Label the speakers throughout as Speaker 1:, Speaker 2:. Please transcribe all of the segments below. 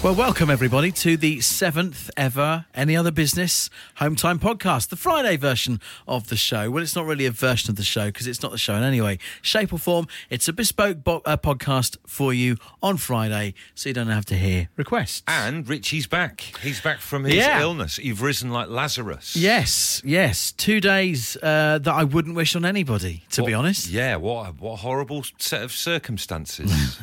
Speaker 1: Well, welcome everybody to the seventh ever Any Other Business Home Time podcast, the Friday version of the show. Well, it's not really a version of the show because it's not the show in any way, shape, or form. It's a bespoke bo- uh, podcast for you on Friday, so you don't have to hear requests.
Speaker 2: And Richie's back. He's back from his
Speaker 1: Yeah.
Speaker 2: illness. You've risen like Lazarus.
Speaker 1: yes, yes, two days uh, that I wouldn't wish on anybody, to be
Speaker 2: What-
Speaker 1: honest.
Speaker 2: Yeah, what a, what a horrible set of circumstances.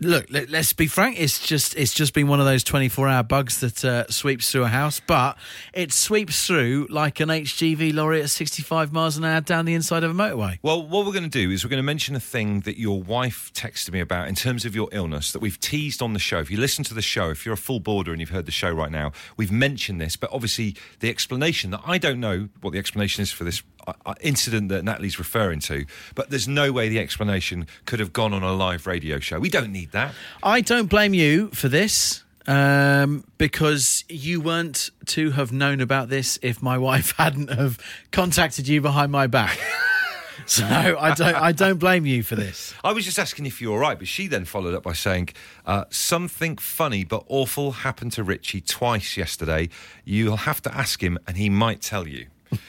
Speaker 1: Look, let, let's be frank. It's just it's just been one of those twenty four hour bugs that uh, sweeps through a house, but it sweeps through like an HGV lorry at sixty five miles an hour down the inside of a motorway.
Speaker 2: well, what we're going to do is we're going to mention a thing that your wife texted me about in terms of your illness that we've teased on the show. If you listen to the show, if you're a full boarder and you've heard the show right now, we've mentioned this, but obviously the explanation that I don't know what the explanation is for this uh, uh, incident that Natalie's referring to, but there's no way the explanation could have gone on a live radio show. We don't need that.
Speaker 1: I don't blame you for this um, because you weren't to have known about this if my wife hadn't have contacted you behind my back. so I don't I don't blame you for this.
Speaker 2: I was just asking if you were all right, but she then followed up by saying, uh, Something funny but awful happened to Richie twice yesterday. You'll have to ask him, and he might tell you.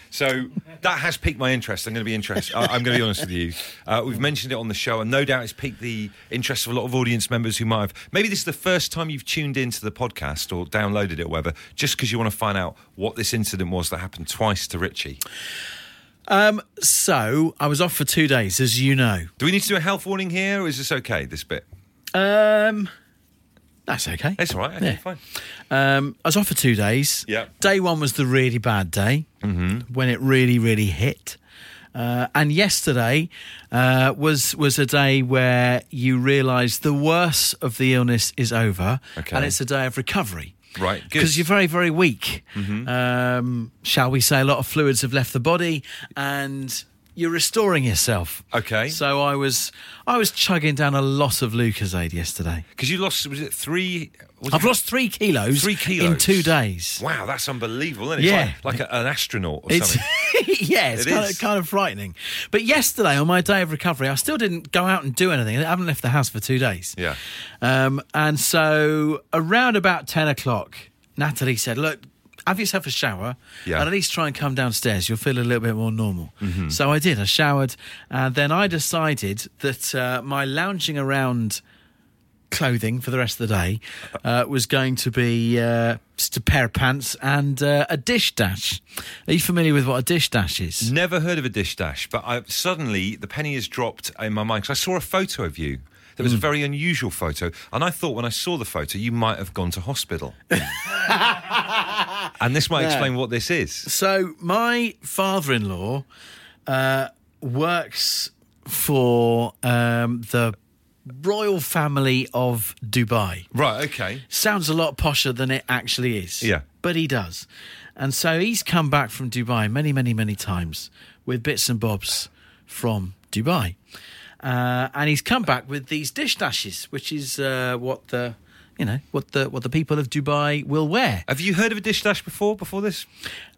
Speaker 2: So that has piqued my interest. I'm going to be interested. I'm going to be honest with you. Uh, we've mentioned it on the show, and no doubt it's piqued the interest of a lot of audience members who might have. Maybe this is the first time you've tuned into the podcast or downloaded it or whatever, just because you want to find out what this incident was that happened twice to Richie.
Speaker 1: So I was off for two days, as you know.
Speaker 2: Do we need to do a health warning here, or is this okay, this bit?
Speaker 1: Um, that's okay.
Speaker 2: It's all right. Okay,
Speaker 1: Yeah.
Speaker 2: fine.
Speaker 1: Um, I was off for two days.
Speaker 2: Yeah.
Speaker 1: Day one was the really bad day mm-hmm. when it really, really hit. Uh, and yesterday uh, was was a day where you realise the worst of the illness is over,
Speaker 2: Okay.
Speaker 1: and it's a day of recovery.
Speaker 2: Right, good. Mm-hmm.
Speaker 1: Because you're very, very weak. Um, shall we say, a lot of fluids have left the body, and you're restoring yourself.
Speaker 2: Okay.
Speaker 1: So I was, I was chugging down a lot of Lucasade yesterday.
Speaker 2: Because you lost, was it three? Was
Speaker 1: I've
Speaker 2: it
Speaker 1: lost three kilos.
Speaker 2: three kilos
Speaker 1: Oh, in two days.
Speaker 2: Wow, that's unbelievable, isn't it?
Speaker 1: Yeah.
Speaker 2: It's like, like a, an astronaut or
Speaker 1: It's
Speaker 2: something.
Speaker 1: yeah, it's
Speaker 2: It
Speaker 1: kind
Speaker 2: is.
Speaker 1: of, kind of frightening. But yesterday, on my day of recovery, I still didn't go out and do anything. I haven't left the house for two days.
Speaker 2: Yeah.
Speaker 1: Um, and so around about ten o'clock, Natalie said, "Look." Have yourself a shower
Speaker 2: Yeah.
Speaker 1: and at least try and come downstairs. You'll feel a little bit more normal. So I did. I showered. And then I decided that uh, my lounging around clothing for the rest of the day uh, was going to be uh, just a pair of pants and uh, a dish dash. Are you familiar with what a dish dash is?
Speaker 2: Never heard of a dish dash, but I, suddenly the penny has dropped in my mind 'cause I saw a photo of you. That
Speaker 1: Hmm.
Speaker 2: was a very unusual photo, and I thought when I saw the photo, you might have gone to hospital. and this might explain what this is.
Speaker 1: So my father-in-law uh, works for um, the royal family of Dubai.
Speaker 2: Right, okay.
Speaker 1: Sounds a lot posher than it actually is.
Speaker 2: Yeah.
Speaker 1: But he does. And so he's come back from Dubai many, many, many times with bits and bobs from Dubai. Uh, and he's come back with these dish dashes, which is uh, what the you know what the what the people of Dubai will wear.
Speaker 2: Have you heard of a dish dash before? Before this,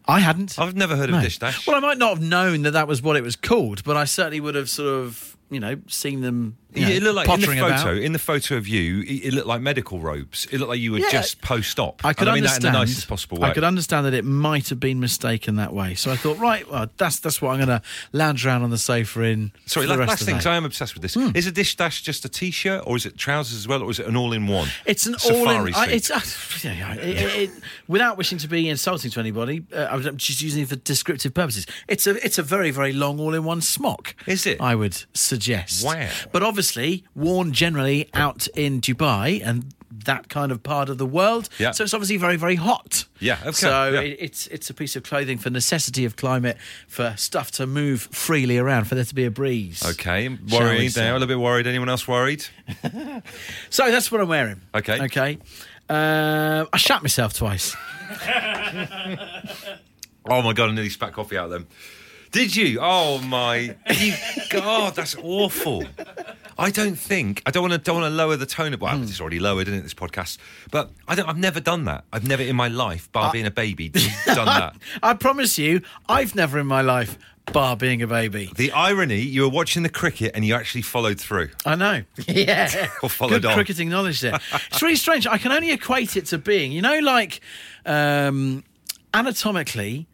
Speaker 1: I hadn't.
Speaker 2: I've never heard of a dish dash.
Speaker 1: Well, I might not have known that that was what it was called, but I certainly would have sort of you know seen them. You
Speaker 2: Yeah,
Speaker 1: know,
Speaker 2: it looked like in the
Speaker 1: pottering
Speaker 2: photo.
Speaker 1: about.
Speaker 2: In the photo of you, it, it looked like medical robes. It looked like you were
Speaker 1: Yeah.
Speaker 2: just post-op.
Speaker 1: I could
Speaker 2: and I mean
Speaker 1: understand.
Speaker 2: that in the nicest possible way.
Speaker 1: I could understand that it might have been mistaken that way. So I thought, right, well, that's that's what I'm going to lounge around on the sofa in.
Speaker 2: Sorry,
Speaker 1: for the
Speaker 2: la-
Speaker 1: rest
Speaker 2: last
Speaker 1: of the
Speaker 2: thing.
Speaker 1: Hmm.
Speaker 2: 'cause
Speaker 1: day.
Speaker 2: I am obsessed with this. Is a dish dash just a t-shirt, or is it trousers as well, or is it an all-in-one?
Speaker 1: It's an
Speaker 2: safari
Speaker 1: all in. I,
Speaker 2: suit?
Speaker 1: it's uh, yeah, yeah, it- it- it- without wishing to be insulting to anybody. Uh, I'm just using it for descriptive purposes. It's a it's a very very long all in one smock.
Speaker 2: Is it?
Speaker 1: I would suggest.
Speaker 2: Wow.
Speaker 1: But obviously worn generally out in Dubai and that kind of part of the world.
Speaker 2: Yeah.
Speaker 1: So it's obviously very very hot.
Speaker 2: Yeah, okay,
Speaker 1: So
Speaker 2: yeah.
Speaker 1: it, it's it's a piece of clothing for necessity of climate, for stuff to move freely around, for there to be a breeze.
Speaker 2: okay. I'm
Speaker 1: Shall we
Speaker 2: Worried
Speaker 1: say.
Speaker 2: now. A little bit worried. Anyone else worried?
Speaker 1: So that's what I'm wearing.
Speaker 2: Okay.
Speaker 1: Okay. Uh, I shat myself twice.
Speaker 2: Oh my god! I nearly spat coffee out of them. Did you? Oh my you, God, that's awful. I don't think I don't want to don't want to lower the tone of. Well, it's already lowered, isn't it? This podcast, but I don't. I've never done that. I've never in my life, bar being a baby, done that.
Speaker 1: I promise you, I've never in my life, bar being a baby.
Speaker 2: The irony, you were watching the cricket and you actually followed through
Speaker 1: I know.
Speaker 3: Yeah.
Speaker 2: or followed
Speaker 1: Good
Speaker 2: on.
Speaker 1: cricketing knowledge there. It's really strange. I can only equate it to being, you know, like um, anatomically,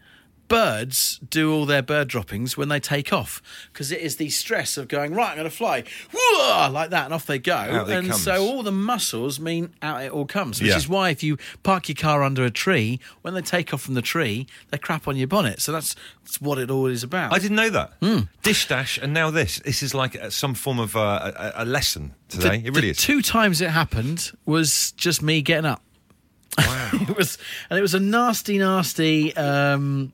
Speaker 1: birds do all their bird droppings when they take off because it is the stress of going right. I'm going to fly, Whoa, like that, and off they go.
Speaker 2: Out it
Speaker 1: and
Speaker 2: comes.
Speaker 1: so all the muscles mean out it all comes, which
Speaker 2: Yeah.
Speaker 1: is why if you park your car under a tree, when they take off from the tree, they crap on your bonnet. So that's, that's what it all is about.
Speaker 2: I didn't know that. Dish dash and now this. This is like uh, some form of uh, a, a lesson
Speaker 1: The-
Speaker 2: today. it
Speaker 1: the
Speaker 2: really is.
Speaker 1: Two times it happened was just me getting up.
Speaker 2: wow.
Speaker 1: It was, and it was a nasty, nasty. Um,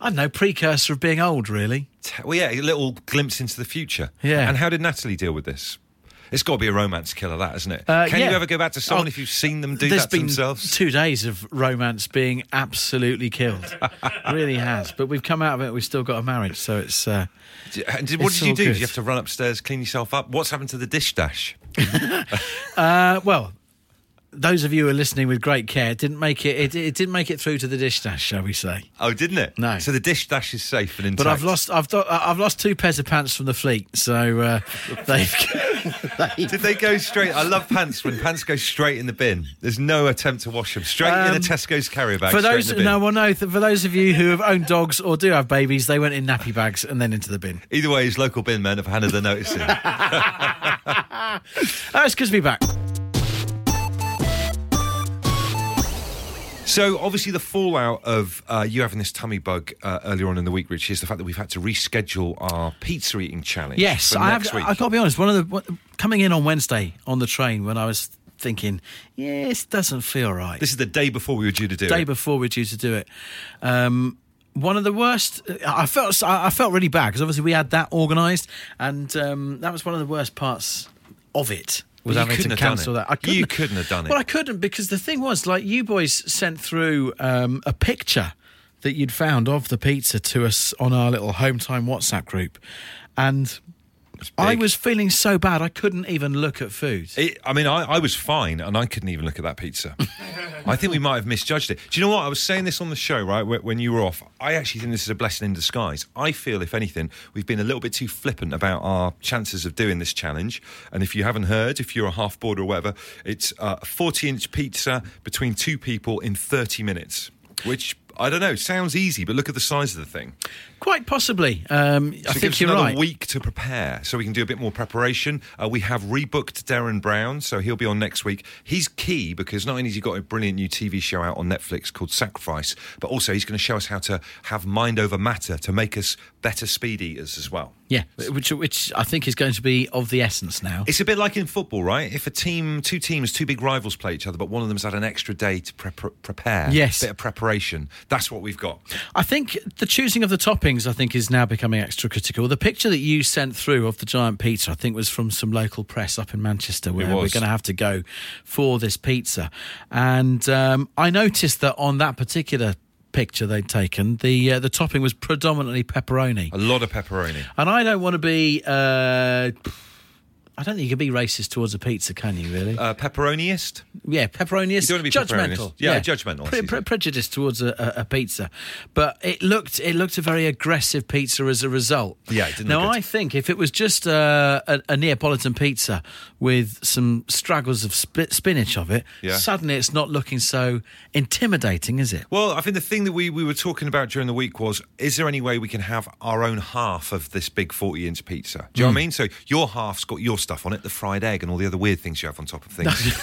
Speaker 1: I don't know, precursor of being old, really.
Speaker 2: Te- Well, yeah, a little glimpse into the future.
Speaker 1: Yeah.
Speaker 2: And how did Natalie deal with this? It's got to be a romance killer, that, isn't it?
Speaker 1: Uh,
Speaker 2: Can
Speaker 1: yeah.
Speaker 2: you ever go back to someone
Speaker 1: Oh,
Speaker 2: if you've seen them do
Speaker 1: There's
Speaker 2: that to
Speaker 1: been
Speaker 2: themselves?
Speaker 1: two days of romance being absolutely killed, really has. But we've come out of it. We've still got a marriage, so it's. Uh,
Speaker 2: D- and did- what
Speaker 1: It's
Speaker 2: did you
Speaker 1: all
Speaker 2: do? Did
Speaker 1: good.
Speaker 2: you have to run upstairs, clean yourself up? What's happened to the dish dash?
Speaker 1: uh, well, those of you who are listening with great care didn't make it. It, it didn't make it through to the dish dash, shall we say?
Speaker 2: Oh, didn't it?
Speaker 1: No.
Speaker 2: So the dish dash is safe and intact.
Speaker 1: But I've lost. I've do- I've lost two pairs of pants from the fleet, so uh, they've.
Speaker 2: Did they go straight? I love pants when pants go straight in the bin. There's no attempt to wash them. Straight in a
Speaker 1: Um,
Speaker 2: Tesco's carrier bag.
Speaker 1: For
Speaker 2: straight
Speaker 1: those
Speaker 2: in the bin.
Speaker 1: no, well, no. th- For those of you who have owned dogs or do have babies, they went in nappy bags and then into the bin.
Speaker 2: Either way, his local bin men have handed the notice in.
Speaker 1: Oh, it's good to be back.
Speaker 2: So obviously the fallout of uh, you having this tummy bug uh, earlier on in the week, Rich, is the fact that we've had to reschedule our pizza eating challenge.
Speaker 1: Yes,
Speaker 2: for
Speaker 1: I have.
Speaker 2: next week.
Speaker 1: I got to be honest. One of the what- coming in on Wednesday on the train when I was thinking, yeah, this doesn't feel right.
Speaker 2: This is the day before we were due to do
Speaker 1: day
Speaker 2: it.
Speaker 1: before we're due to do it. Um, one of the worst. I felt I felt really bad because obviously we had that organised, and um, that was one of the worst parts of it. Was
Speaker 2: Well, you
Speaker 1: having
Speaker 2: couldn't
Speaker 1: to
Speaker 2: have done
Speaker 1: cancel
Speaker 2: it.
Speaker 1: that. I
Speaker 2: You couldn't have done it.
Speaker 1: Well, I couldn't because the thing was, like, you boys sent through um, a picture that you'd found of the pizza to us on our little home time WhatsApp group, and I
Speaker 2: big.
Speaker 1: was feeling so bad I couldn't even look at food.
Speaker 2: It- I mean, I, I was fine, and I couldn't even look at that pizza. I think we might have misjudged it. Do you know what? I was saying this on the show, right? wh- When you were off, I actually think this is a blessing in disguise. I feel, if anything, we've been a little bit too flippant about our chances of doing this challenge. And if you haven't heard, if you're a half board or whatever, it's uh, a 40 inch pizza between two people in 30 minutes, which I don't know, sounds easy, but look at the size of the thing.
Speaker 1: Quite possibly. Um, I
Speaker 2: So it
Speaker 1: think
Speaker 2: gives
Speaker 1: you're
Speaker 2: another
Speaker 1: right.
Speaker 2: week to prepare, so we can do a bit more preparation. Uh, we have rebooked Darren Brown, so he'll be on next week. He's key because not only has he got a brilliant new TV show out on Netflix called Sacrifice, but also he's going to show us how to have mind over matter to make us better speed eaters as well.
Speaker 1: Yeah, which which I think is going to be of the essence now.
Speaker 2: It's a bit like in football, right? If a team, two teams, two big rivals play each other, but one of them's had an extra day to pre- pre- prepare,
Speaker 1: Yes.
Speaker 2: bit of preparation. That's what we've got.
Speaker 1: I think the choosing of the toppings, I think, is now becoming extra critical. The picture that you sent through of the giant pizza, I think, was from some local press up in Manchester where we're
Speaker 2: was.
Speaker 1: going to have to go for this pizza. And um, I noticed that on that particular picture they'd taken, the uh, the topping was predominantly pepperoni.
Speaker 2: A lot of pepperoni.
Speaker 1: And I don't want to be. Uh, I don't think you can be racist towards a pizza, can you? Really?
Speaker 2: Uh, pepperoniist?
Speaker 1: Yeah, pepperoni is
Speaker 2: You don't wanna be
Speaker 1: judgmental.
Speaker 2: pepperoniist. Yeah, judgmental, I
Speaker 1: Pre-
Speaker 2: see
Speaker 1: pre-
Speaker 2: that.
Speaker 1: prejudice towards a, a, a pizza, but it looked it looked a very aggressive pizza as a result.
Speaker 2: Yeah, it didn't
Speaker 1: Now
Speaker 2: look good.
Speaker 1: I think if it was just uh, a, a Neapolitan pizza with some straggles of sp- spinach of it,
Speaker 2: Yeah.
Speaker 1: suddenly it's not looking so intimidating, is it?
Speaker 2: Well, I think the thing that we, we were talking about during the week was is there any way we can have our own half of this big 40 inch pizza? Do you know
Speaker 1: Mm.
Speaker 2: what I mean? So your half's got your stuff on it, the fried egg and all the other weird things you have on top of things.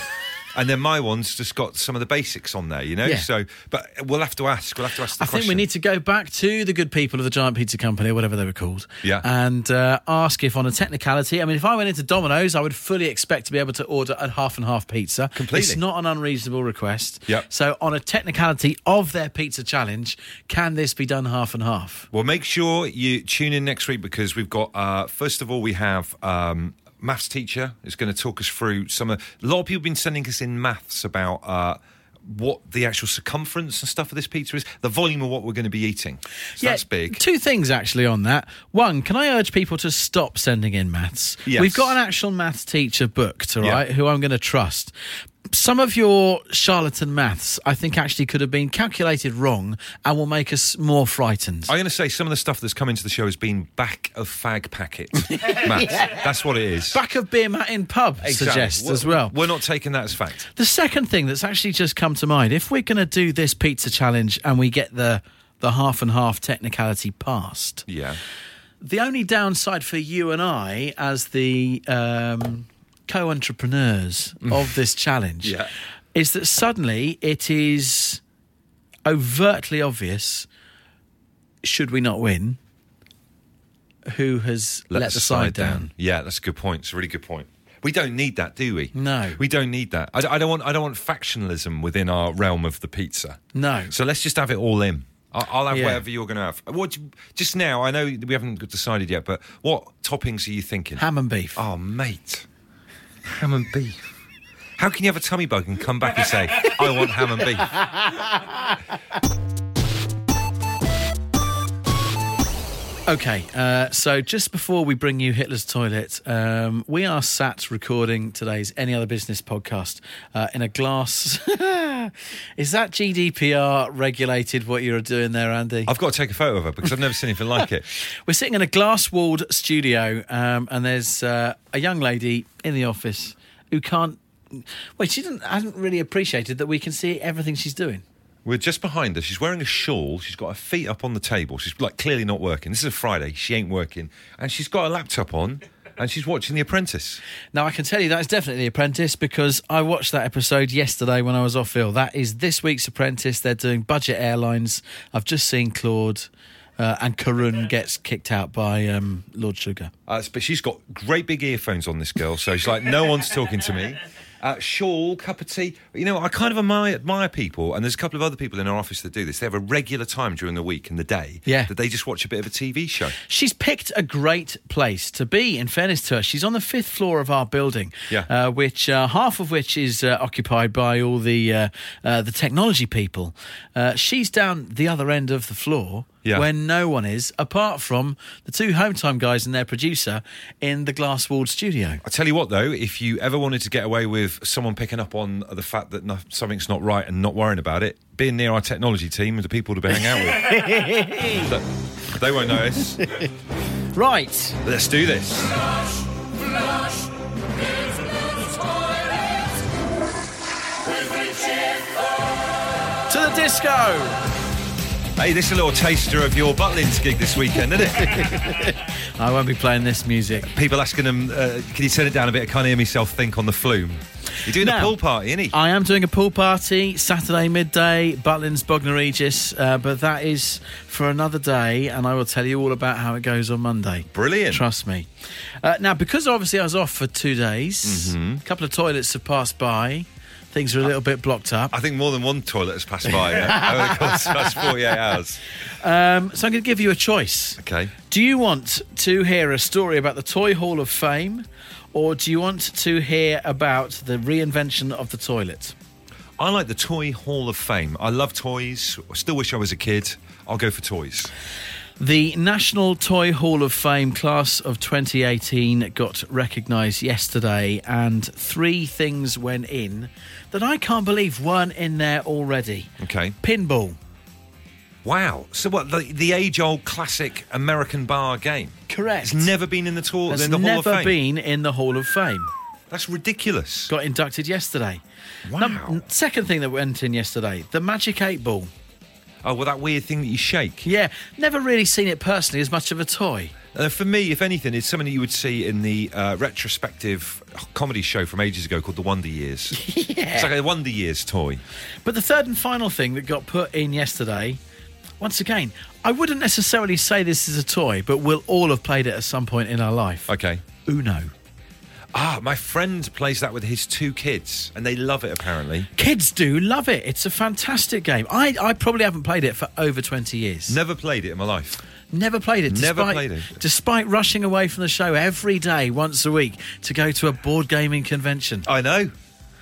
Speaker 2: and then my one's just got some of the basics on there, you know?
Speaker 1: Yeah.
Speaker 2: So, but we'll have to ask. We'll have to ask the
Speaker 1: I
Speaker 2: question.
Speaker 1: think we need to go back to the good people of the Giant Pizza Company, or whatever they were called,
Speaker 2: Yeah.
Speaker 1: and uh, ask if, on a technicality, I mean, if I went into Domino's, I would fully expect to be able to order a half and half pizza.
Speaker 2: Completely.
Speaker 1: it's not an unreasonable request.
Speaker 2: Yep.
Speaker 1: So, on a technicality of their pizza challenge, can this be done half and half?
Speaker 2: Well, make sure you tune in next week because we've got, uh, first of all, we have. Um, Maths teacher is going to talk us through some. Of, a lot of people have been sending us in maths about uh, what the actual circumference and stuff of this pizza is, the volume of what we're going to be eating. So that's big.
Speaker 1: Two things actually on that. One, can I urge people to stop sending in maths?
Speaker 2: Yes.
Speaker 1: We've got an actual maths teacher booked, all
Speaker 2: Yeah.
Speaker 1: right, who I'm going to trust. some of your charlatan maths, I think, actually could have been calculated wrong and will make us more frightened.
Speaker 2: I'm going to say some of the stuff that's come into the show has been back of fag packet, Matt. That's what it is.
Speaker 1: Back of beer mat in pub
Speaker 2: Exactly.
Speaker 1: suggests
Speaker 2: We're-
Speaker 1: as well.
Speaker 2: We're not taking that as fact.
Speaker 1: The second thing that's actually just come to mind, if we're going to do this pizza challenge and we get the the half and half technicality passed,
Speaker 2: Yeah.
Speaker 1: the only downside for you and I as the um, co-entrepreneurs of this challenge
Speaker 2: Yeah.
Speaker 1: is that suddenly it is overtly obvious should we not win who has let, the, side down.
Speaker 2: Yeah, that's a good point. It's a really good point. We don't need that, do we?
Speaker 1: No.
Speaker 2: we don't need that. I, d- I don't want. I don't want factionalism within our realm of the pizza.
Speaker 1: No.
Speaker 2: So let's just have it all in. I- I'll have
Speaker 1: Yeah.
Speaker 2: whatever you're going to have. What? do you- Just now, I know we haven't decided yet, but what toppings are you thinking?
Speaker 1: Ham and beef.
Speaker 2: Oh, mate. Ham and beef. How can you have a tummy bug and come back and say, I want ham and beef?
Speaker 1: Okay, uh, so just before we bring you Hitler's Toilet, um, we are sat recording today's Any Other Business podcast uh, in a glass. Is that GDPR regulated what you're doing there, Andy?
Speaker 2: I've got to take a photo of her because I've never seen anything like it.
Speaker 1: We're sitting in a glass walled studio, um, and there's uh, a young lady in the office who can't. Well, she didn't, hasn't really appreciated that we can see everything she's doing.
Speaker 2: We're just behind her. She's wearing a shawl. She's got her feet up on the table. She's like clearly not working. This is a Friday. She ain't working. And she's got her laptop on and she's watching The Apprentice.
Speaker 1: Now, I can tell you that is definitely The Apprentice because I watched that episode yesterday when I was off ill. That is this week's Apprentice. They're doing budget airlines. I've just seen Claude uh, and Karun gets kicked out by um, Lord Sugar.
Speaker 2: Uh, but she's got great big earphones on, this girl. So she's like, no one's talking to me. Uh, shawl, cup of tea. You know, I kind of admire, admire people. And there's a couple of other people in our office that do this. They have a regular time during the week and the day
Speaker 1: Yeah.
Speaker 2: that they just watch a bit of a TV show.
Speaker 1: She's picked a great place to be, in fairness to her. She's on the fifth floor of our building,
Speaker 2: Yeah.
Speaker 1: uh, which uh, half of which is uh, occupied by all the, uh, uh, the technology people. Uh, she's down the other end of the floor.
Speaker 2: Yeah.
Speaker 1: Where no one is, apart from the two home time guys and their producer in the glass walled studio.
Speaker 2: I tell you what, though, if you ever wanted to get away with someone picking up on the fact that no, something's not right and not worrying about it, being near our technology team are the people to be hanging out with. So, they won't notice.
Speaker 1: Right.
Speaker 2: Let's do this.
Speaker 1: To the disco.
Speaker 2: Hey, this is a little taster of your Butlins gig this weekend, isn't it?
Speaker 1: I won't be playing this music.
Speaker 2: People asking them, uh, can you turn it down a bit? I can't hear myself think on the flume. You're doing a
Speaker 1: Now-
Speaker 2: pool party, innit?
Speaker 1: I am doing a pool party Saturday midday, Butlins, Bognor Regis, uh, but that is for another day, and I will tell you all about how it goes on Monday.
Speaker 2: Brilliant.
Speaker 1: Trust me. Uh, now, because obviously I was off for two days, a couple of toilets have passed by, things are a little bit blocked up.
Speaker 2: I think more than one toilet has passed by yeah, over the course of the last 48 hours.
Speaker 1: Um, so I'm going to give you a choice.
Speaker 2: Okay.
Speaker 1: Do you want to hear a story about the Toy Hall of Fame, or do you want to hear about the reinvention of the toilet?
Speaker 2: I like the Toy Hall of Fame. I love toys. I still wish I was a kid. I'll go for toys.
Speaker 1: The National Toy Hall of Fame class of 2018 got recognised yesterday, and three things went in that I can't believe weren't in there already.
Speaker 2: Okay.
Speaker 1: Pinball.
Speaker 2: Wow. So what? The, the age-old classic American bar game.
Speaker 1: Correct.
Speaker 2: It's never been in the tour
Speaker 1: Has
Speaker 2: in the Hall of
Speaker 1: never
Speaker 2: Fame.
Speaker 1: been in the Hall of Fame.
Speaker 2: That's ridiculous.
Speaker 1: Got inducted yesterday.
Speaker 2: Wow.
Speaker 1: Num- second thing that went in yesterday, the Magic 8 Ball.
Speaker 2: Oh well, that weird thing that you shake.
Speaker 1: Yeah, never really seen it personally as much of a toy.
Speaker 2: Uh, for me, if anything, it's something that you would see in the uh, retrospective oh, comedy show from ages ago called The Wonder Years. yeah. It's like a Wonder Years toy.
Speaker 1: But the third and final thing that got put in yesterday, once again, I wouldn't necessarily say this is a toy, but we'll all have played it at some point in our life.
Speaker 2: Okay.
Speaker 1: Uno.
Speaker 2: Ah, my friend plays that with his two kids, and they love it apparently.
Speaker 1: Kids do love it. It's a fantastic game. I, I probably haven't played it for over 20 years.
Speaker 2: Never played it in my life.
Speaker 1: Never played it. Despite,
Speaker 2: Never played it.
Speaker 1: Despite rushing away from the show every day, once a week, to go to a board gaming convention.
Speaker 2: I know.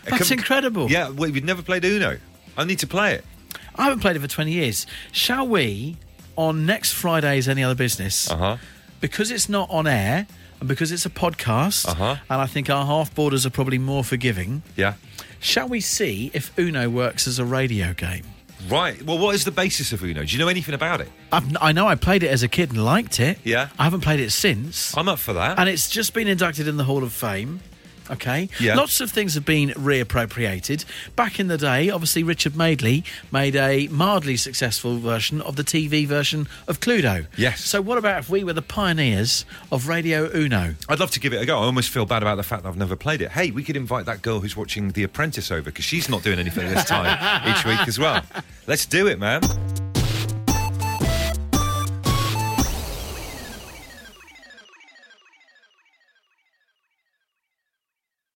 Speaker 1: That's incredible.
Speaker 2: Yeah, well, you've never played Uno. I need to play it.
Speaker 1: I haven't played it for 20 years. Shall we, on next Friday's Any Other Business,
Speaker 2: Uh huh.
Speaker 1: because it's not on air, And because it's a podcast,
Speaker 2: Uh-huh.
Speaker 1: and I think our half borders are probably more forgiving,
Speaker 2: Yeah.
Speaker 1: shall we see if Uno works as a radio game?
Speaker 2: Right. Well, what is the basis of Uno? Do you know anything about it?
Speaker 1: I've, I know I played it as a kid and liked it.
Speaker 2: Yeah.
Speaker 1: I haven't played it since.
Speaker 2: I'm up for that.
Speaker 1: and it's just been inducted in the Hall of Fame. Okay.
Speaker 2: Yeah.
Speaker 1: Lots of things have been reappropriated. Back in the day, obviously, Richard Madeley made a mildly successful version of the TV version of Cluedo.
Speaker 2: Yes.
Speaker 1: So, what about if we were the pioneers of Radio Uno?
Speaker 2: I'd love to give it a go. I almost feel bad about the fact that I've never played it. Hey, we could invite that girl who's watching The Apprentice over because she's not doing anything this time each week as well. Let's do it, man.